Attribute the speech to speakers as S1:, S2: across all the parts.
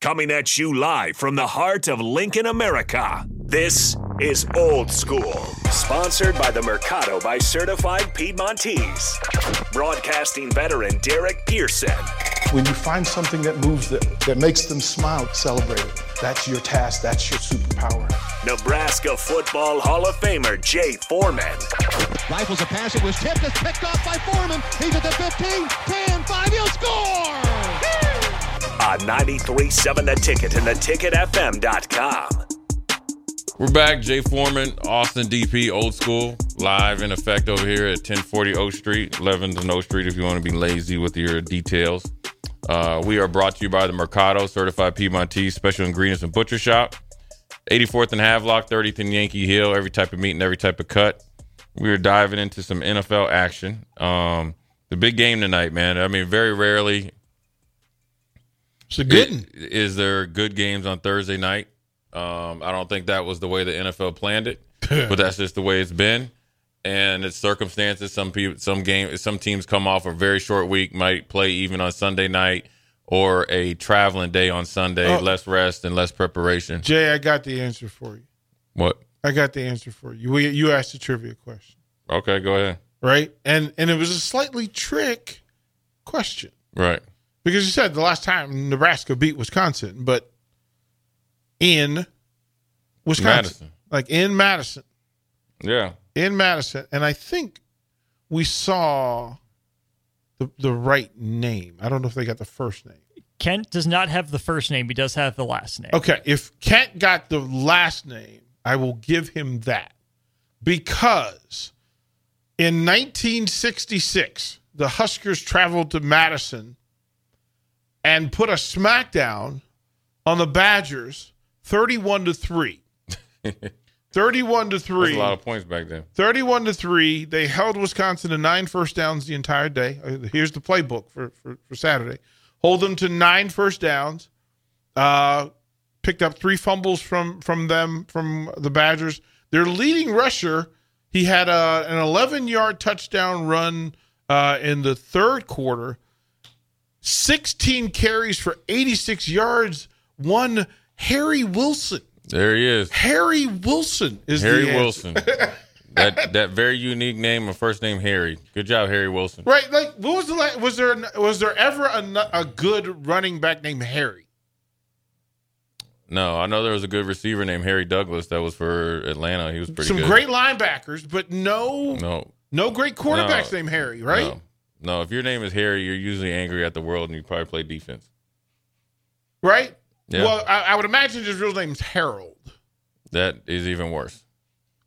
S1: coming at you live from the heart of Lincoln, America. This is Old School, sponsored by the Mercado by Certified Piedmontese. Broadcasting veteran Derek Pearson.
S2: When you find something that moves them, that makes them smile, celebrate it. That's your task, that's your superpower.
S1: Nebraska Football Hall of Famer Jay Foreman.
S3: Rifles a pass, it was tipped, it's picked off by Foreman. He's at the 15, 10, 5, he'll score!
S1: On 93.7 The Ticket and theticketfm.com.
S4: We're back. Jay Foreman, Austin DP, old school, live in effect over here at 1040 O Street, 11th and O Street if you want to be lazy with your details. Uh, we are brought to you by the Mercado, Certified Piedmontese, Special Ingredients and Butcher Shop, 84th and Havelock, 30th and Yankee Hill, every type of meat and every type of cut. We are diving into some NFL action. Um, the big game tonight, man. I mean, very rarely
S5: It's a good one.
S4: i- Is there good games on Thursday night? Um, I don't think that was the way the NFL planned it, but that's just the way it's been, and it's circumstances. Some people, some game, some teams come off a very short week, might play even on Sunday night or a traveling day on Sunday,
S5: Oh.
S4: less rest and less preparation.
S5: Jay, I got the answer for you.
S4: What?
S5: I got the answer for you. We, you asked a trivia question,
S4: Okay, go ahead.
S5: right? And and it was a slightly trick question
S4: Right.
S5: because you said the last time Nebraska beat Wisconsin, but in Wisconsin,
S4: Madison.
S5: like in Madison,
S4: Yeah.
S5: in Madison, and I think we saw the the right name. I don't know if they got the first name.
S6: Kent does not have the first name. He does have the last name.
S5: Okay, if Kent got the last name, I will give him that. Because in 1966, the Huskers traveled to Madison and put a smackdown on the Badgers 31 to 3. 31 to
S4: That's
S5: 3.
S4: a lot of points back then.
S5: 31 to 3 they held wisconsin to nine first downs the entire day Uh, here's the playbook for, for, for saturday hold them to nine first downs uh, picked up three fumbles from from them from the badgers their leading rusher he had a, an 11 yard touchdown run uh, in the third quarter 16 carries for 86 yards one harry wilson
S4: There he is,
S5: harry wilson is
S4: Harry
S5: the answer.
S4: Wilson. that that very unique name and first name Harry. Good job, Harry Wilson.
S5: Right, like what was the la- was there was there ever a, nu- a good running back named Harry?
S4: No, I know there was a good receiver named Harry Douglas that was for Atlanta. He was pretty
S5: Some
S4: good.
S5: great linebackers, but no no,
S4: No,
S5: great quarterbacks
S4: No.
S5: named Harry, right?
S4: No. No, if your name is Harry, you're usually angry at the world and you probably play defense.
S5: Right?
S4: Yeah.
S5: Well, I, I would imagine his real name's Harold.
S4: That is even worse.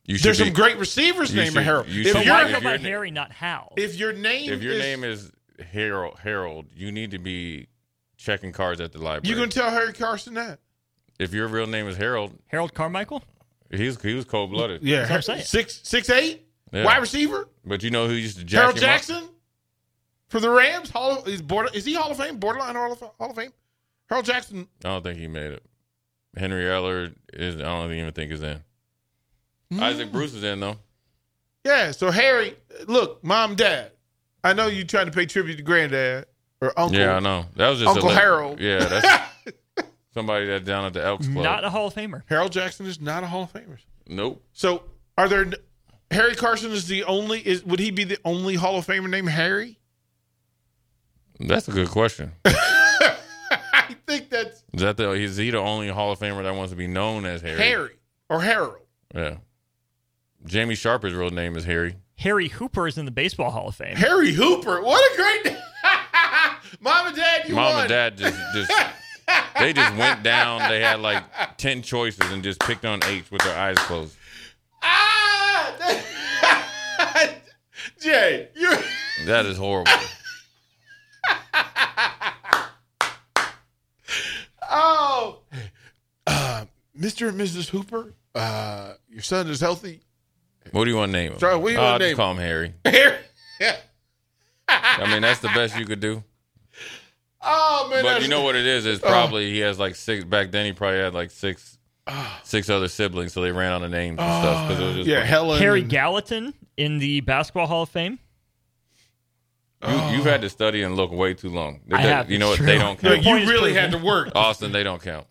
S4: You should
S5: There's
S4: be-
S5: some great receivers
S4: you
S5: named
S4: should-
S5: Harold.
S4: you
S5: if,
S4: should-
S6: So
S5: your-
S6: why
S4: if
S6: go by
S4: your na-
S6: Harry, not Hal?
S5: if your name
S4: If your
S5: is,
S4: name is Harold, Harold, you need to be checking cards at the library.
S5: you gonna tell Harry Carson that?
S4: if your real name is Harold,
S6: Harold Carmichael?
S4: he's he was cold blooded.
S5: Yeah,
S6: That's what I'm saying.
S5: six six eight
S4: Yeah.
S5: wide receiver
S4: But you know who used to jack
S5: Harold
S4: him
S5: Jackson for the Rams. Hall of, is border is he Hall of Fame? Borderline Hall of, Hall of Fame? Harold Jackson
S4: Up? I don't think he made it. Henry Eller is. I don't even think is in.
S5: Mm.
S4: Isaac Bruce is in though.
S5: Yeah, so Harry, look, mom, dad, I know you trying to pay tribute to granddad or uncle.
S4: Yeah, I know. That was just a
S5: Uncle
S4: li-
S5: Harold.
S4: Yeah, that's somebody that down at the Elks Club.
S6: Not a Hall of Famer.
S5: Harold Jackson is not a Hall of Famer.
S4: nope.
S5: So are there Harry Carson is the only is would he be the only Hall of Famer named Harry?
S4: That's a good question.
S5: I think that's
S4: Is that the is he the only Hall of Famer that wants to be known as Harry?
S5: Harry or Harold.
S4: Yeah. Jamie Sharper's real name is Harry.
S6: Harry Hooper is in the Baseball Hall of Fame.
S5: Harry Hooper. What a great Mom and Dad, you
S4: Mom
S5: won.
S4: and Dad just just they just went down. They had like ten choices and just picked on H with their eyes closed.
S5: Ah! Jay, you
S4: That is horrible.
S5: Oh, uh, Mr. and Mrs. Hooper, uh, your son is healthy.
S4: What do you want to name him?
S5: Sorry, what do you
S6: Uh,
S4: Oh,
S5: wanna
S4: I'll just
S5: name
S4: call him Harry.
S5: Harry.
S4: I mean, that's the best you could do.
S5: Oh man,
S4: But you know what it is?
S5: Oh.
S4: Is probably he has like six. Back then, he probably had like six,
S5: Ah.
S4: six other siblings. So they ran out of names and stuff because it was just
S5: Yeah, Helen.
S6: Harry
S5: and-
S6: Gallatin in the Basketball Hall of Fame.
S4: You, You've had to study and look way too long. They-
S6: I
S4: they-
S6: have,
S4: you know
S6: it's
S4: what? They
S6: true.
S4: don't
S5: Like,
S4: count.
S5: oh. you
S6: point is
S5: really had to
S6: proven.
S5: work.
S4: Austin, they don't count.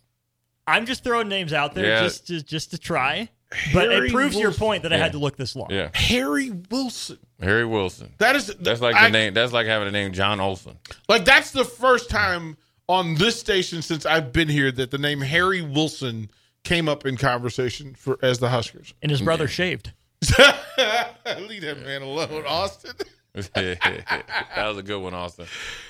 S6: I'm just throwing names out there
S4: Yeah.
S6: just to just to try. But
S5: Harry
S6: it proves your
S5: Wilson.
S6: point that I
S4: Yeah.
S6: had to look this long.
S4: Yeah,
S5: Harry Wilson.
S4: Harry Wilson.
S5: That is
S4: That's like
S5: I-
S4: the name. That's like having the name John Olson.
S5: Like that's the first time on this station since I've been here that the name Harry Wilson came up in conversation for as the Huskers.
S6: And his brother shaved.
S5: Leave that man alone, Austin.
S4: that was a good one, Austin.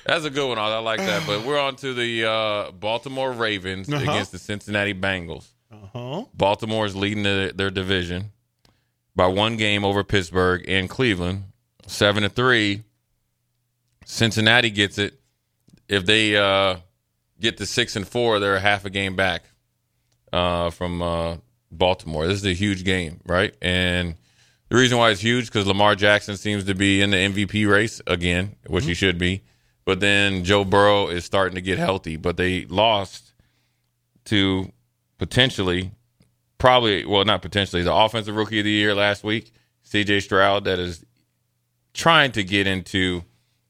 S4: That's a good one, Austin. I like that. But we're on to the uh, Baltimore Ravens
S5: Uh-huh.
S4: against the Cincinnati Bengals.
S5: Uh-huh.
S4: Baltimore is leading the, their division by one game over Pittsburgh and Cleveland, seven to three. Cincinnati gets it. If they uh, get to six and four, they're a half a game back uh, from uh, Baltimore. This is a huge game, right? And the reason why it's huge because Lamar Jackson seems to be in the MVP race again, which he should be. But then Joe Burrow is starting to get healthy. But they lost to potentially, probably, well, not potentially, the offensive rookie of the year last week, CJ Stroud, that is trying to get into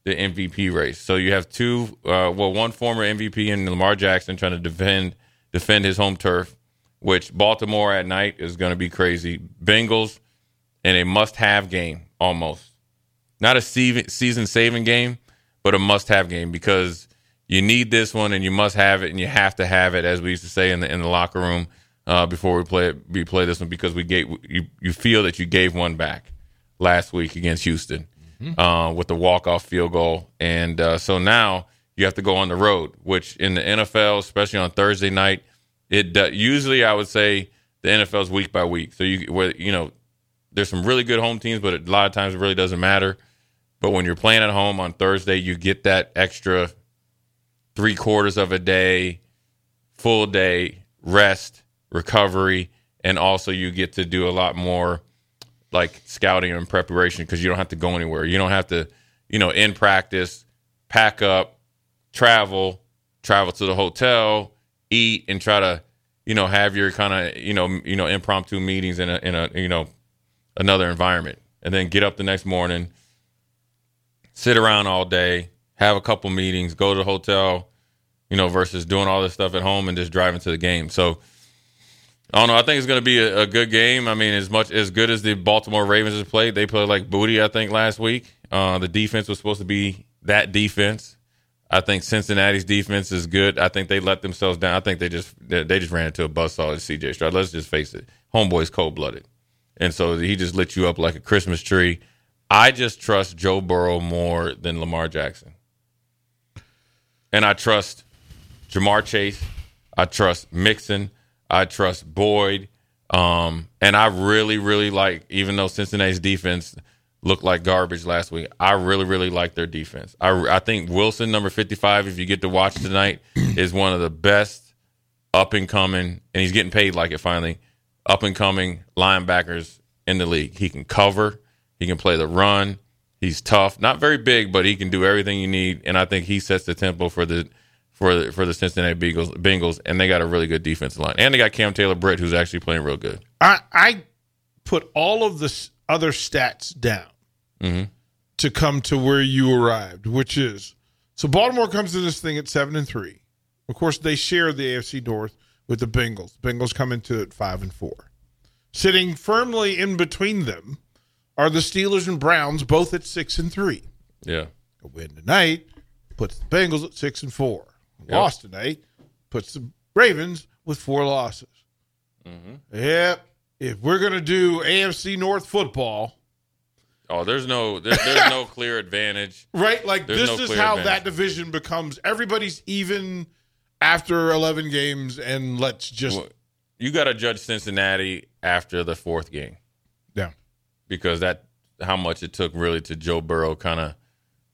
S4: the MVP race. So you have two, uh, well, one former MVP and Lamar Jackson trying to defend defend his home turf, which Baltimore at night is going to be crazy. Bengals in a must-have game almost. Not a season- season-saving game, but a must-have game because you need this one and you must have it and you have to have it, as we used to say in the in the locker room uh, before we play it, we play this one because we gave you you feel that you gave one back last week against Houston uh, with the walk-off field goal, and uh, so now you have to go on the road, which in the NFL, especially on Thursday night, it do- usually I would say the NFL's week by week. So you where you know there's some really good home teams, but a lot of times it really doesn't matter. But when you're playing at home on Thursday, you get that extra three quarters of a day, full day rest, recovery, and also you get to do a lot more like scouting and preparation because you don't have to go anywhere. You don't have to, you know, in practice, pack up, travel, travel to the hotel, eat, and try to, you know, have your kind of, you know, you know, impromptu meetings in a, in a, you know, another environment and then get up the next morning sit around all day have a couple meetings go to the hotel you know versus doing all this stuff at home and just driving to the game so I don't know. I think it's going to be a, a good game. I mean, as much as good as the Baltimore Ravens has played, they played like booty. I think last week, uh, the defense was supposed to be that defense. I think Cincinnati's defense is good. I think they let themselves down. I think they just they they just ran into a buzzsaw at C.J. Stroud. Let's just face it, homeboy's cold blooded. And so he just lit you up like a Christmas tree. I just trust Joe Burrow more than Lamar Jackson. And I trust Jamar Chase. I trust Mixon. I trust Boyd. Um, and I really, really like, even though Cincinnati's defense looked like garbage last week, I really, really like their defense. I, I think Wilson, number 55, if you get to watch tonight, is one of the best up and coming, and he's getting paid like it finally. Up and coming linebackers in the league. He can cover, he can play the run. He's tough, not very big, but he can do everything you need. And I think he sets the tempo for the for the, for the Cincinnati Bengals, Bengals. And they got a really good defensive line, and they got Cam Taylor Britt, who's actually playing real good.
S5: I I put all of the s- other stats down to come to where you arrived, which is so Baltimore comes to this thing at seven and three. Of course, they share the AFC North with the Bengals. Bengals come into it five and four. Sitting firmly in between them are the Steelers and Browns, both at six and three.
S4: Yeah,
S5: A win tonight puts the Bengals at six and four. A Loss tonight puts the Ravens with four losses.
S4: Mm-hmm.
S5: Yep. If we're gonna do AFC North football,
S4: Oh, there's no there, there's no clear advantage.
S5: right? Like
S4: There's
S5: this
S4: no
S5: is
S4: clear
S5: how
S4: advantage.
S5: that division becomes. Everybody's even after eleven games, and let's just
S4: You got to judge Cincinnati after the fourth game.
S5: yeah.
S4: because that how much it took really to Joe Burrow kind of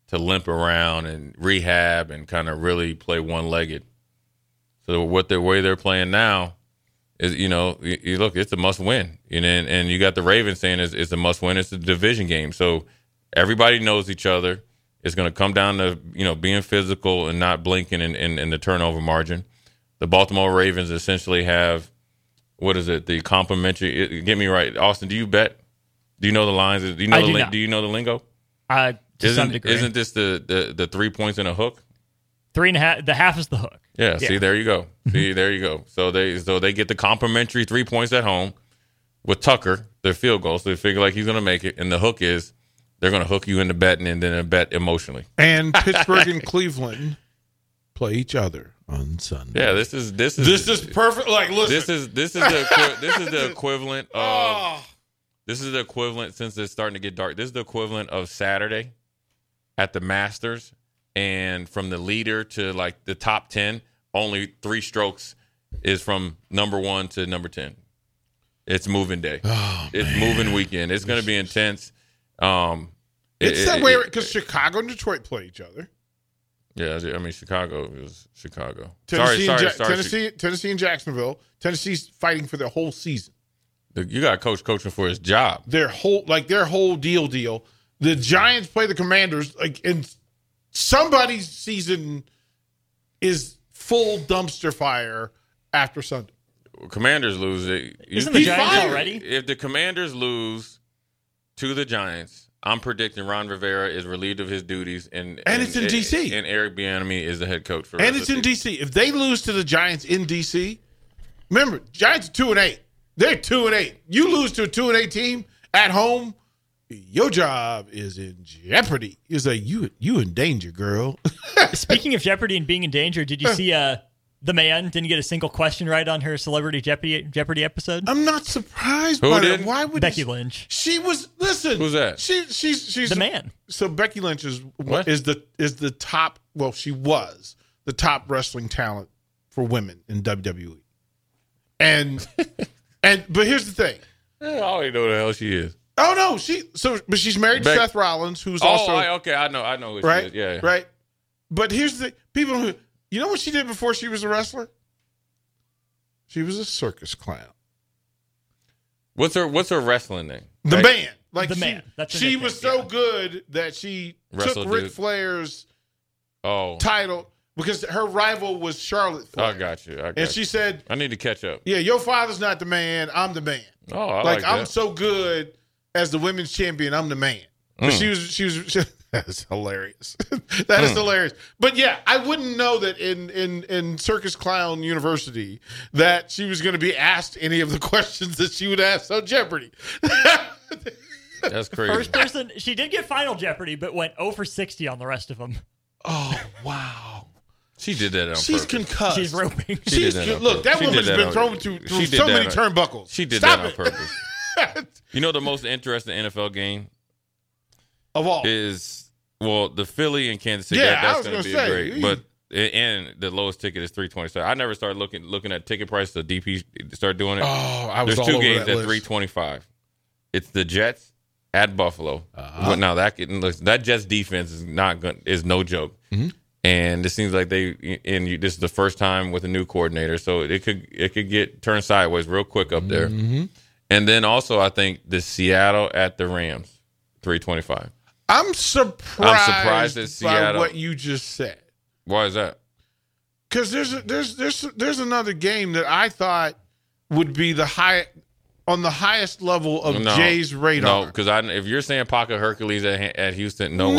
S4: to limp around and rehab and kind of really play one legged. So what the way they're playing now is you know you, you look it's a must win and then, and you got the Ravens saying it's, it's a must win it's a division game so everybody knows each other it's going to come down to you know being physical and not blinking and in, in the turnover margin the Baltimore Ravens essentially have what is it the complimentary it- get me right Austin do you bet do you know the lines do you know
S6: I
S4: the
S6: do
S4: lin-
S6: not.
S4: do you know the lingo
S6: Uh, to
S4: isn't,
S6: some degree.
S4: Isn't this the, the, the three points and a hook?
S6: Three and a half. The half is the hook.
S4: Yeah,
S6: Yeah.
S4: See, there you go. See, there you go. So they so they get the complimentary three points at home with Tucker, their field goal. So they figure like he's going to make it, and the hook is they're going to hook you into betting and then bet emotionally.
S5: And Pittsburgh and Cleveland play each other on Sunday.
S4: Yeah. This is this is
S5: This is perfect. Like, listen.
S4: this is this is the equi- this is the equivalent
S5: Oh,
S4: of
S5: Ah.
S4: this is the equivalent since it's starting to get dark. This is the equivalent of Saturday at the Masters, and from the leader to like the top ten, only three strokes is from number one to number ten. It's moving day.
S5: Oh,
S4: it's moving weekend. It's going to be intense. Um, it-
S5: it's
S4: it-
S5: that way
S4: it-
S5: because Chicago and Detroit play each other.
S4: yeah, I mean Chicago is Chicago. sorry,
S5: Tennessee,
S4: sorry,
S5: and Ja-
S4: sorry.
S5: Tennessee, Tennessee and Jacksonville. Tennessee's fighting for their whole season.
S4: You got a coach coaching for his job.
S5: Their whole like their whole deal deal. The Giants play the Commanders like and somebody's season is full dumpster fire after Sunday.
S4: Commanders lose it. you-
S6: Isn't the
S5: He
S6: Giants
S5: fired.
S6: already?
S4: If the Commanders lose to the Giants, I'm predicting Ron Rivera is relieved of his duties, and
S5: And it's in DC.
S4: and Eric Bieniemy is the head coach for. the
S5: And
S4: rest
S5: it's
S4: of
S5: in
S4: the season.
S5: DC. If they lose to the Giants in DC, remember Giants are two and eight. They're two and eight. You lose to a two and eight team at home, your job is in jeopardy. Is a you you in danger, girl.
S6: Speaking of Jeopardy and being in danger, did you see uh, the man didn't get a single question right on her Celebrity Jeopardy, Jeopardy episode?
S5: I'm not surprised
S4: Who
S5: by
S4: did?
S5: that. Why would
S6: Becky Lynch,
S5: She was listen.
S4: Who's that?
S5: She she's she's
S6: the man.
S5: So Becky Lynch is
S4: What?
S5: what is the is the top well, she was the top wrestling talent for women in WWE. And and but here's the thing.
S4: Yeah, Eh, I already know the hell she is.
S5: Oh no, she so but she's married
S4: Bec-
S5: to Seth Rollins, who's
S4: Oh,
S5: also
S4: I, okay, I know, I know. Who she
S5: right,
S4: is. Yeah,
S5: right. But here's the people who you know what she did before she was a wrestler. She was a circus clown.
S4: What's her What's her wrestling name?
S5: The
S4: Right?
S5: man, like
S6: The
S5: she,
S6: man. That's her
S5: she
S6: nickname,
S5: was so
S6: yeah.
S5: good that she
S4: Wrestled
S5: took Ric
S4: dude.
S5: Flair's
S4: Oh,
S5: title because her rival was Charlotte Flair.
S4: I got you. I got
S5: And
S4: you.
S5: she said,
S4: I need to catch up.
S5: "Yeah, your father's not the man. I'm the man.
S4: Oh, I like,
S5: like, I'm
S4: that.
S5: so good as the women's champion. I'm the man." But
S4: Mm.
S5: she was she was that's hilarious. that is hilarious. But yeah, I wouldn't know that in in in Circus Clown University that she was going to be asked any of the questions that she would ask on Jeopardy.
S4: That's crazy.
S6: First person, she did get Final Jeopardy, but went 0 for 60 on the rest of them.
S5: oh wow.
S4: she did that on
S5: She's
S4: purpose.
S5: concussed.
S6: She's
S4: She
S6: roping.
S4: did
S5: She's
S4: that on
S5: look. That
S4: purpose. She
S5: woman's
S4: did that
S5: been
S4: on-
S5: thrown through, through
S4: she did
S5: so
S4: that
S5: many
S4: on-
S5: turnbuckles.
S4: She did
S5: Stop
S4: that on
S5: it.
S4: purpose. you know the most interesting NFL game
S5: of all.
S4: is well the Philly and Kansas City.
S5: Yeah,
S4: that-
S5: I
S4: that's
S5: was
S4: going to
S5: gonna
S4: be
S5: say,
S4: great.
S5: you-
S4: But and the lowest ticket is three twenty. So I never started looking looking at ticket prices. The DP start doing it.
S5: oh, I was
S4: There's
S5: all
S4: two
S5: over
S4: games
S5: that
S4: at
S5: list.
S4: three twenty five. It's the Jets at Buffalo.
S5: Uh-huh.
S4: But now that can, listen, that Jets defense is not going is no joke.
S5: Mm-hmm.
S4: And it seems like they and you, this is the first time with a new coordinator, so it could it could get turned sideways real quick up there.
S5: Mm-hmm.
S4: And then also I think the Seattle at the Rams, three twenty five.
S5: I'm surprised.
S4: I'm surprised
S5: by
S4: that Seattle-
S5: what you just said.
S4: Why is that?
S5: Because there's a, there's there's there's another game that I thought would be the high on the highest level of Jay's
S4: No,
S5: radar.
S4: because I if you're saying Paco Hercules at, at Houston, no,
S5: No,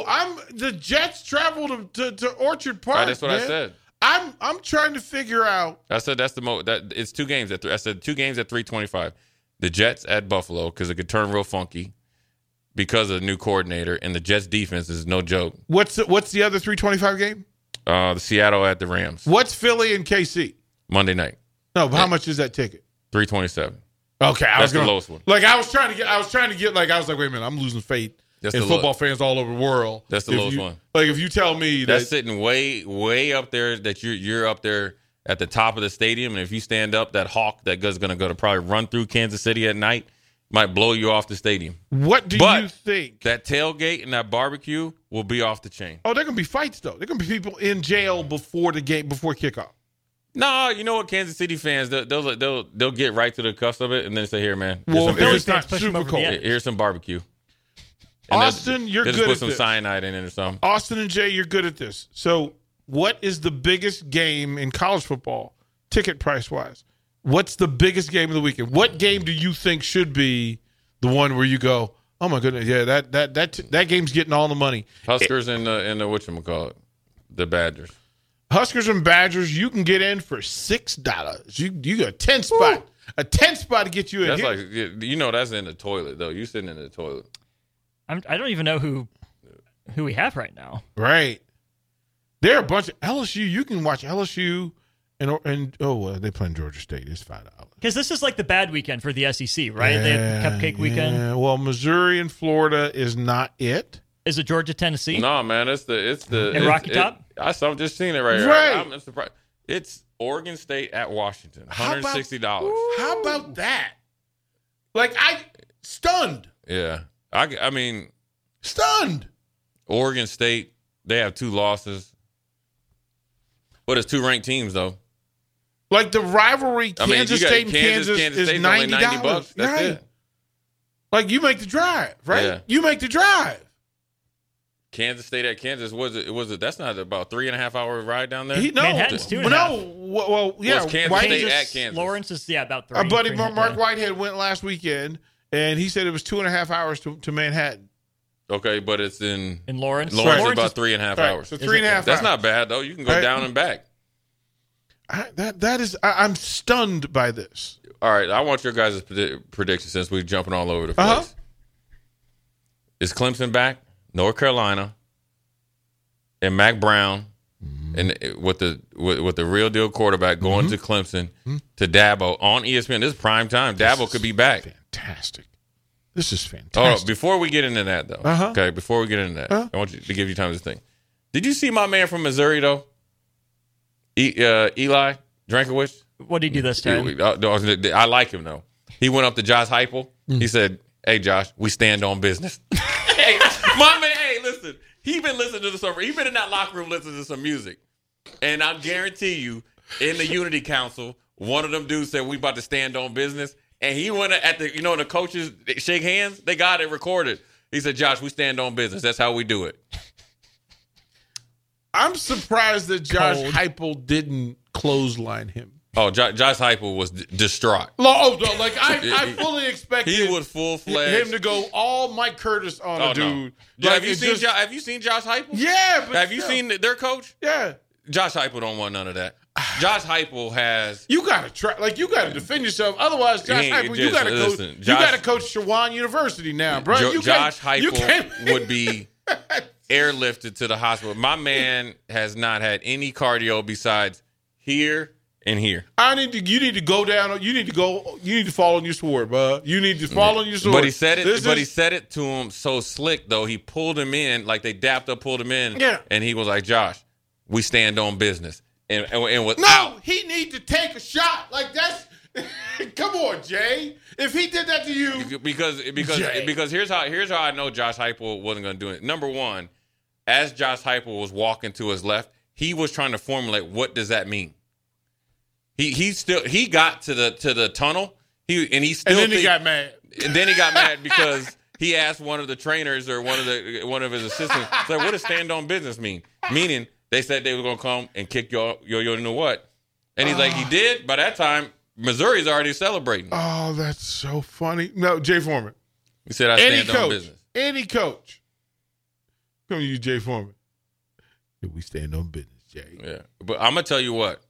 S4: way.
S5: I'm the Jets traveled to, to, to Orchard Park.
S4: Right, that's what I
S5: man.
S4: said.
S5: I'm I'm trying to figure out
S4: I said that's the most. That it's two games at. Th- I said two games at three twenty five. The Jets at Buffalo because it could turn real funky because of the new coordinator and the Jets defense is no joke.
S5: what's the, what's the other 325 game?
S4: Uh, the Seattle at the Rams
S5: What's Philly and KC?
S4: Monday night
S5: No, but how much is that ticket?
S4: three twenty seven.
S5: Okay, I
S4: That's
S5: was
S4: the
S5: gonna,
S4: lowest one.
S5: Like I was trying to get, I was trying to get, like I was like, wait a minute, I'm losing faith
S4: That's
S5: in
S4: the
S5: football
S4: low-
S5: fans all over the world.
S4: That's the
S5: If
S4: lowest
S5: you-
S4: one.
S5: Like if you tell me
S4: That's
S5: that,
S4: sitting way way up there. That you're you're up there at the top of the stadium, and if you stand up, that hawk that goes going to go to probably run through Kansas City at night might blow you off the stadium.
S5: what do
S4: But-
S5: you think?
S4: That tailgate and that barbecue will be off the chain.
S5: Oh, there gonna be fights though. There gonna be people in jail before the game, before kickoff.
S4: No, you know what, Kansas City fans, they'll they'll they'll, they'll get right to the cuffs of it and then say, "Here, man, here's,
S5: Well,
S4: some,
S5: if
S6: Philly
S5: it's
S6: fans
S5: not
S6: push him
S5: super
S6: over the
S5: cold.
S6: edge.
S4: here- here's some barbecue." they'll-
S5: Austin, you're
S4: they'll
S5: good
S4: just put
S5: at
S4: some
S5: this.
S4: cyanide in it or something.
S5: Austin and Jay, you're good at this. So, what is the biggest game in college football, ticket price wise? What's the biggest game of the weekend? What game do you think should be the one where you go, Oh my goodness, yeah, that that that that game's getting all the money.
S4: Huskers and the and the whatchamacallit, the Badgers.
S5: Huskers and Badgers, you can get in for six dollars. You you got a ten spot, a ten spot to get you in.
S4: That's
S5: here.
S4: like you know that's in the toilet though. You sitting in the toilet.
S6: I'm, I don't even know who who we have right now.
S5: Right. There are a bunch of LSU. You can watch LSU and and oh well, they playing Georgia State. It's five dollars.
S6: Because this is like the bad weekend for the SEC, right? they have Cupcake Weekend.
S5: Well, Missouri and Florida is not it.
S6: Is it Georgia, Tennessee?
S4: No man, it's the it's the
S6: And
S4: it's-
S6: Rocky
S4: it-
S6: Top?
S4: I saw, I'm just seeing it right here.
S5: Right.
S4: I'm, I'm surprised. It's Oregon State at Washington.
S5: How about-
S4: Hundred sixty dollars.
S5: How about that? Like I stunned,
S4: Yeah, I g- I mean
S5: stunned.
S4: Oregon State. They have two losses. But it's two ranked teams though.
S5: Like the rivalry,
S4: I
S5: Kansas
S4: mean,
S5: State and Kansas, is
S4: State's only
S5: ninety dollars.
S4: That's
S5: Right.
S4: it.
S5: Like you make the drive, right?
S4: Yeah.
S5: You make the drive.
S4: Kansas State at Kansas was it? Was it? That's not about three and a half hour ride down there.
S5: He, no,
S6: Manhattan's two and a
S5: no.
S6: half.
S5: Well, well, yeah.
S4: Kansas
S5: why-
S4: State at Kansas.
S6: Lawrence is yeah about three.
S5: Our buddy
S6: three and a
S5: Mark
S6: half, yeah.
S5: Whitehead went last weekend, and he said it was two and a half hours to, to Manhattan.
S4: Okay, but it's in
S6: in Lawrence.
S4: Lawrence is
S5: Lawrence
S4: about
S5: is-
S4: three and a half
S5: All right,
S4: hours.
S5: So three and a half.
S4: That's
S5: hours.
S4: not bad though. You can go
S5: All right.
S4: down and back.
S5: I, that that is. I, I'm stunned by this.
S4: All right, I want your guys' predi- prediction since we're jumping all over the place.
S5: Uh-huh.
S4: Is Clemson back? North Carolina and Mac Brown
S5: Mm-hmm.
S4: and uh, with the with, with the real deal quarterback going to Clemson
S5: Mm-hmm.
S4: to Dabo on E ESPN. This is prime time. Dabo could be back.
S5: Fantastic. This is
S4: Oh,
S5: fantastic.
S4: before we get into that though,
S5: Uh-huh.
S4: okay. Before we get into that,
S5: Uh-huh.
S4: I want you to give you time to think. Did you see my man from Missouri though? E, uh, Eli Drankowicz.
S6: What did he do this time?
S4: Dude, I, I- I like him though. He went up to Josh Heupel.
S5: Mm.
S4: He said, "Hey, Josh, we stand on business." hey, my man. Hey, listen. He been listening to the summer. He been in that locker room listening to some music, and I guarantee you, in the Unity Council, one of them dudes said, "We about to stand on business," and he went at the you know the coaches they shake hands. They got it recorded. He said, "Josh, we stand on business. That's how we do it."
S5: I'm surprised that Josh Heupel didn't clothesline him.
S4: Oh, Jo- Josh Heupel was d- distraught.
S5: Lo- Oh, no, like I, I fully expected
S4: He was full fledged.
S5: him to go all Mike Curtis on
S4: Oh,
S5: a dude.
S4: No.
S5: Like,
S4: have you
S5: it
S4: seen?
S5: just-
S4: Jo- have you seen Josh Heupel?
S5: Yeah, but
S4: Have you
S5: still.
S4: seen their coach?
S5: Yeah,
S4: Josh Heupel don't want none of that. Josh Heupel has.
S5: you gotta try. Like you gotta defend yourself. Otherwise, Josh
S4: He ain't-
S5: Heupel, you
S4: just
S5: gotta coach.
S4: listen,
S5: you
S4: Josh-
S5: gotta coach Shawan University now, bro.
S4: Jo-
S5: you
S4: Josh
S5: can't, you can't-
S4: Heupel would be airlifted to the hospital. My man has not had any cardio besides here and here.
S5: I need to. You need to go down. You need to go. You need to fall on your sword, bro. You need to fall on your sword.
S4: Mm. But he said it.
S5: This
S4: but he
S5: is-
S4: said it to him so slick though. He pulled him in like they dapped up, pulled him in.
S5: Yeah.
S4: And he was like, Josh, we stand on business. And and, and without
S5: No, he need to take a shot. Like that's. come on, Jay. If he did that to you,
S4: because because
S5: Jay.
S4: because here's how here's how I know Josh Heupel wasn't going to do it. Number one, as Josh Heupel was walking to his left, he was trying to formulate what does that mean. He he still he got to the to the tunnel. He and he still
S5: and then he
S4: think-
S5: got mad.
S4: and then he got mad because he asked one of the trainers or one of the one of his assistants, it's like, what does stand on business mean? Meaning they said they were gonna come and kick your your your you know what? And he's like, he did. By that time, Missouri's already celebrating.
S5: Oh, that's so funny. No, Jay Foreman.
S4: He said, I
S5: any
S4: stand on
S5: coach,
S4: business.
S5: any coach. Come to you, Jay Foreman. Did we stand on business, Jay?
S4: Yeah, but I'm gonna tell you what.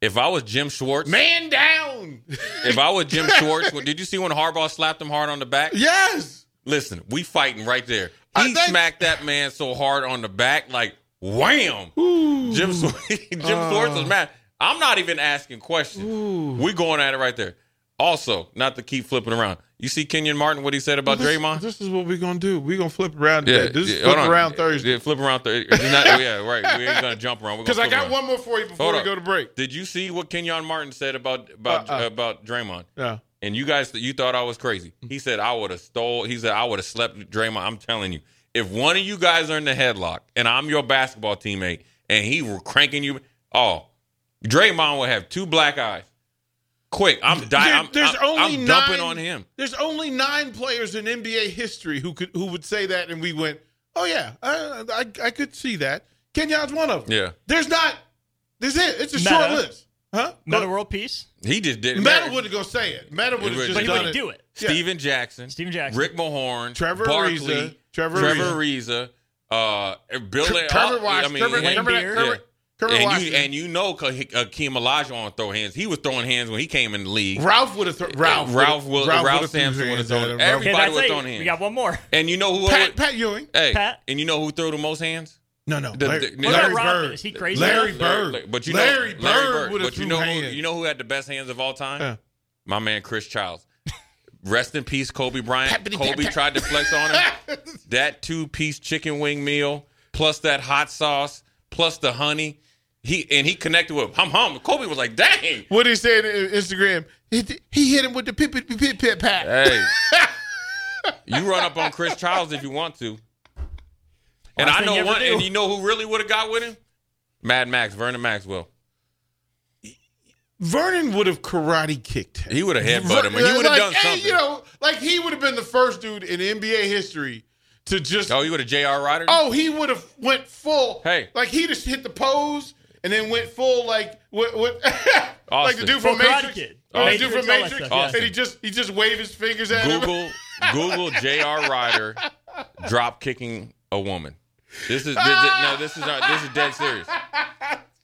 S4: If I was Jim Schwartz,
S5: Man down.
S4: if I was Jim Schwartz, what- did you see when Harbaugh slapped him hard on the back?
S5: yes.
S4: Listen, we fighting right there.
S5: I
S4: He
S5: think-
S4: smacked that man so hard on the back, like wham. Jim Schw- Jim Schwartz
S5: Uh.
S4: was mad. I'm not even asking questions. We going at it right there. Also, not to keep flipping around. You see Kenyon Martin, what he said about
S5: This-
S4: Draymond?
S5: This, is what we're gonna do. We're gonna flip around. Yeah, this is flip
S4: hold on.
S5: around Thursday.
S4: Yeah, flip around Thursday. It's not- yeah, right. We ain't gonna jump around. We're gonna
S5: Because I
S4: flip
S5: got
S4: around.
S5: one more for you before
S4: Hold
S5: we
S4: on.
S5: go to break.
S4: Did you see what Kenyon Martin said about about
S5: Uh-uh.
S4: about Draymond?
S5: Yeah.
S4: And you guys, you thought I was crazy.
S5: Mm-hmm.
S4: He said I would have stole. He said I would have slept with Draymond. I'm telling you, if one of you guys are in the headlock and I'm your basketball teammate and he were cranking you, oh, Draymond would have two black eyes. Quick, I'm
S5: There-
S4: dying. I'm,
S5: there's
S4: I'm-
S5: only
S4: I'm
S5: nine,
S4: dumping on him.
S5: There's only nine players in NBA history who could who would say that, and we went, "Oh yeah, I I, I could see that." Kenyon's one of them.
S4: Yeah,
S5: There's not. There's it. It's a
S6: Meta.
S5: short list, huh?
S6: Meta World Peace,
S4: he just didn't.
S5: Meta wouldn't go say it. Meta would have
S4: But
S5: just
S4: he
S6: but he
S5: done
S6: wouldn't
S5: it.
S6: do it.
S5: Yeah.
S4: Steven Jackson,
S6: Steven Jackson.
S4: Rick Mahorn,
S5: Trevor
S4: Barkley,
S5: Ariza, Trevor
S4: Trevor, Ariza, uh, Bill.
S5: Trevor Wash-
S4: I mean,
S5: Trevor-
S4: and,
S5: Trevor-
S6: Beer.
S5: Trevor-
S4: yeah.
S5: Trevor
S4: and you
S5: Washington.
S4: and you know Ka- Akeem Olajuwon throw hands. He was throwing hands when he came in the league.
S5: Ralph would have thrown Ralph.
S4: Yeah, Ralph would-
S5: would've-
S4: Ralph
S5: would've threw
S4: Sampson would've
S5: hands
S4: thrown
S5: at him.
S4: every-
S6: Okay,
S4: Everybody
S6: that's
S4: was
S6: it.
S4: throwing hands.
S6: We got one more.
S4: And you know who?
S5: Pat, Pat Ewing.
S4: hey,
S6: Pat.
S4: and you know who threw the most hands?
S5: No, no.
S4: The-
S5: Larry,
S4: the- What
S5: Larry
S4: about
S6: Rodman?
S5: Bird.
S6: Is he crazy?
S5: Larry
S6: Larry-
S5: Bird.
S4: But you know,
S5: Larry Bird would have
S4: But you
S5: threw
S4: know who?
S5: hands.
S4: You know who had the best hands of all time?
S5: Yeah.
S4: My man Chris Childs. Rest in peace, Kobe Bryant.
S5: Pappity
S4: Kobe
S5: pap-
S4: tried to flex on him. that two-piece chicken wing meal, plus that hot sauce, plus the honey. He and he connected with hum hum. Kobe was like, "Dang,
S5: What he said in Instagram, he, he hit him with the pip pip pip pip pat.
S4: hey, you run up on Chris Childs if you want to." And
S6: Last
S4: I
S6: thing you
S4: know
S6: ever
S4: one.
S6: do.
S4: And you know who really would have got with him? Mad Max, Vernon Maxwell.
S5: Vernon would have karate kicked him.
S4: He would have headbutted him. and He would have
S5: like,
S4: done
S5: hey,
S4: something.
S5: you know, like he would have been the first dude in NBA history to just.
S4: Oh,
S5: Oh,
S4: you would have J.R. Ryder?
S5: he would have went full.
S4: Hey.
S5: like he just hit the pose and then went full like what, what like the
S4: Austin.
S5: dude from
S6: Full Karate
S5: Matrix.
S6: Kid.
S5: Like the dude
S6: Matrix,
S5: from
S6: all that
S5: Matrix,
S6: stuff, yeah.
S5: and he just he just waved his fingers at him.
S4: Google Google J.R. Ryder drop kicking a woman. This is, this is no, this is not, this is dead serious.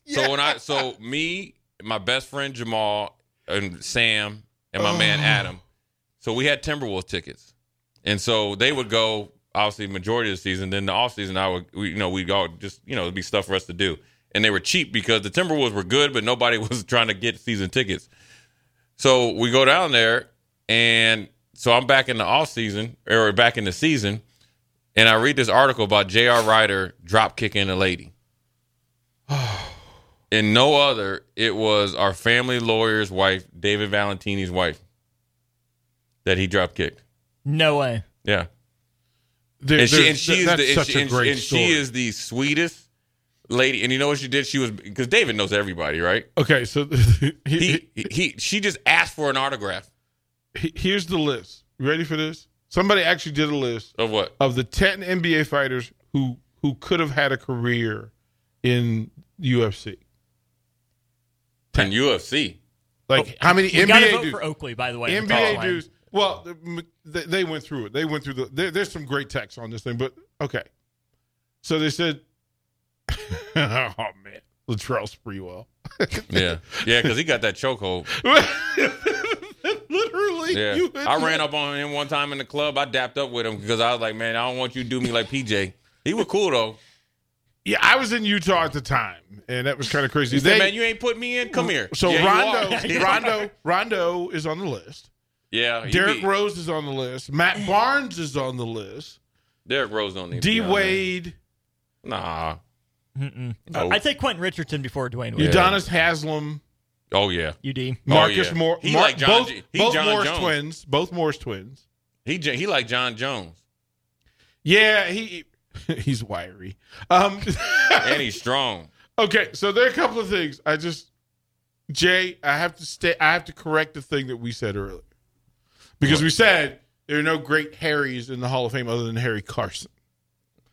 S4: So when I so me, my best friend Jamal and Sam and my man Adam, so we had Timberwolves tickets, and so they would go obviously majority of the season. Then the off season, I would we, you know we'd all just you know it'd be stuff for us to do, and they were cheap because the Timberwolves were good, but nobody was trying to get season tickets. So we go down there, and so I'm back in the off season or back in the season, and I read this article about J.R. Ryder drop kicking a lady. and no other, it was our family lawyer's wife, David Valentini's wife, that he drop kicked.
S6: No way.
S4: Yeah,
S5: There-
S4: and she
S5: there's-
S4: and she is
S5: that's
S4: the, and
S5: such
S4: she,
S5: a
S4: and-
S5: great
S4: and
S5: story.
S4: she is the sweetest lady. And you know what she did? She was because David knows everybody, right?
S5: okay, so
S4: He, he he she just asked for an autograph
S5: he- here's the list. You ready for this? Somebody actually did a list
S4: of what?
S5: of the ten NBA fighters who who could have had a career in UFC.
S4: In UFC.
S5: Like
S4: Oh,
S5: how many
S6: You gotta
S5: NBA
S6: vote
S5: dudes?
S6: for Oakley, by the way. in the call
S5: NBA
S6: line.
S5: dudes. Well, the- m- they, they went through it. They went through the. There, there's some great text on this thing, but okay. So they said, "Oh man, Latrell Sprewell."
S4: Yeah, yeah, because he got that chokehold.
S5: Literally,
S4: Yeah,
S5: you-
S4: I ran up on him one time in the club. I dapped up with him because I was like, man, I don't want you to do me like PJ. He was cool though.
S5: Yeah, I was in Utah at the time, and that was kind of crazy.
S4: He said,
S5: They-
S4: man, you ain't put me in. Come here.
S5: So
S4: Yeah, you are.
S5: Rondo, Rondo, Rondo is on the list.
S4: yeah, he
S5: Derrick
S4: be-
S5: Rose is on the list. Matt Barnes is on the list.
S4: Derrick Rose don't need to
S5: D
S4: be on there.
S5: Wade,
S4: Nah.
S6: Mm-mm.
S4: Nope.
S6: I'd say Quentin Richardson before Dwayne Wade.
S4: Yeah.
S5: Udonis Haslam,
S4: Oh yeah,
S6: UD.
S5: Marcus
S4: yeah.
S5: Moore.
S4: He
S5: Mar-
S4: like John
S5: both,
S4: G- he
S5: both
S4: John
S5: Morris
S4: Jones.
S5: twins. Both Morris twins.
S4: he j- he like John Jones
S5: Yeah, he he's wiry. Um,
S4: and he's strong.
S5: okay, so there are a couple of things. I just Jay, I have to stay. I have to correct the thing that we said earlier because we said there are no great Harrys in the Hall of Fame other than Harry Carson.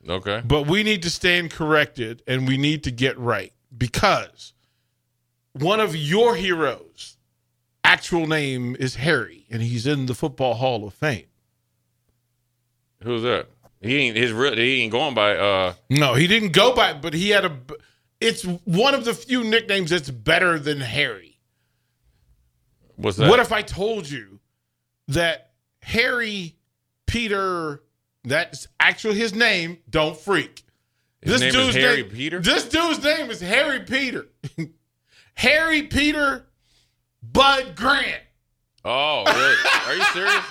S4: Okay.
S5: But we need to stand corrected and we need to get right because one of your heroes' actual name is Harry and he's in the Football Hall of Fame.
S4: Who's that? He ain't his real. He ain't going by. Uh,
S5: No, he didn't go by, but he had a. It's one of the few nicknames that's better than Harry.
S4: what's that?
S5: What if I told you that Harry Peter, that's actually his name, don't freak.
S4: his name is Harry Peter?
S5: This dude's name is Harry Peter. Harry Peter Bud Grant.
S4: oh, really? Are you serious?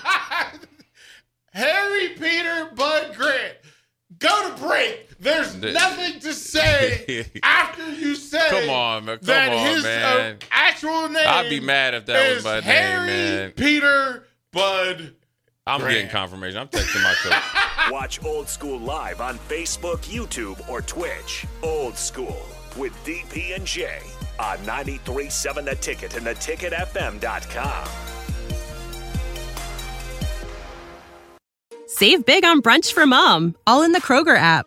S5: Harry Peter Bud Grant. Go to break. There's
S4: The-
S5: nothing to say after you say
S4: Come on, man. Come
S5: that
S4: on,
S5: his uh,
S4: man.
S5: actual name
S4: I'd be mad if that was
S5: is
S4: my
S5: Harry
S4: name, man.
S5: Peter Bud.
S4: I'm
S5: Grant.
S4: getting confirmation. I'm texting my coach.
S1: Watch Old School live on Facebook, YouTube, or Twitch. Old School with DP and J on 937 The Ticket and theticketfm.com.
S7: Save big on brunch for mom, all in the Kroger app.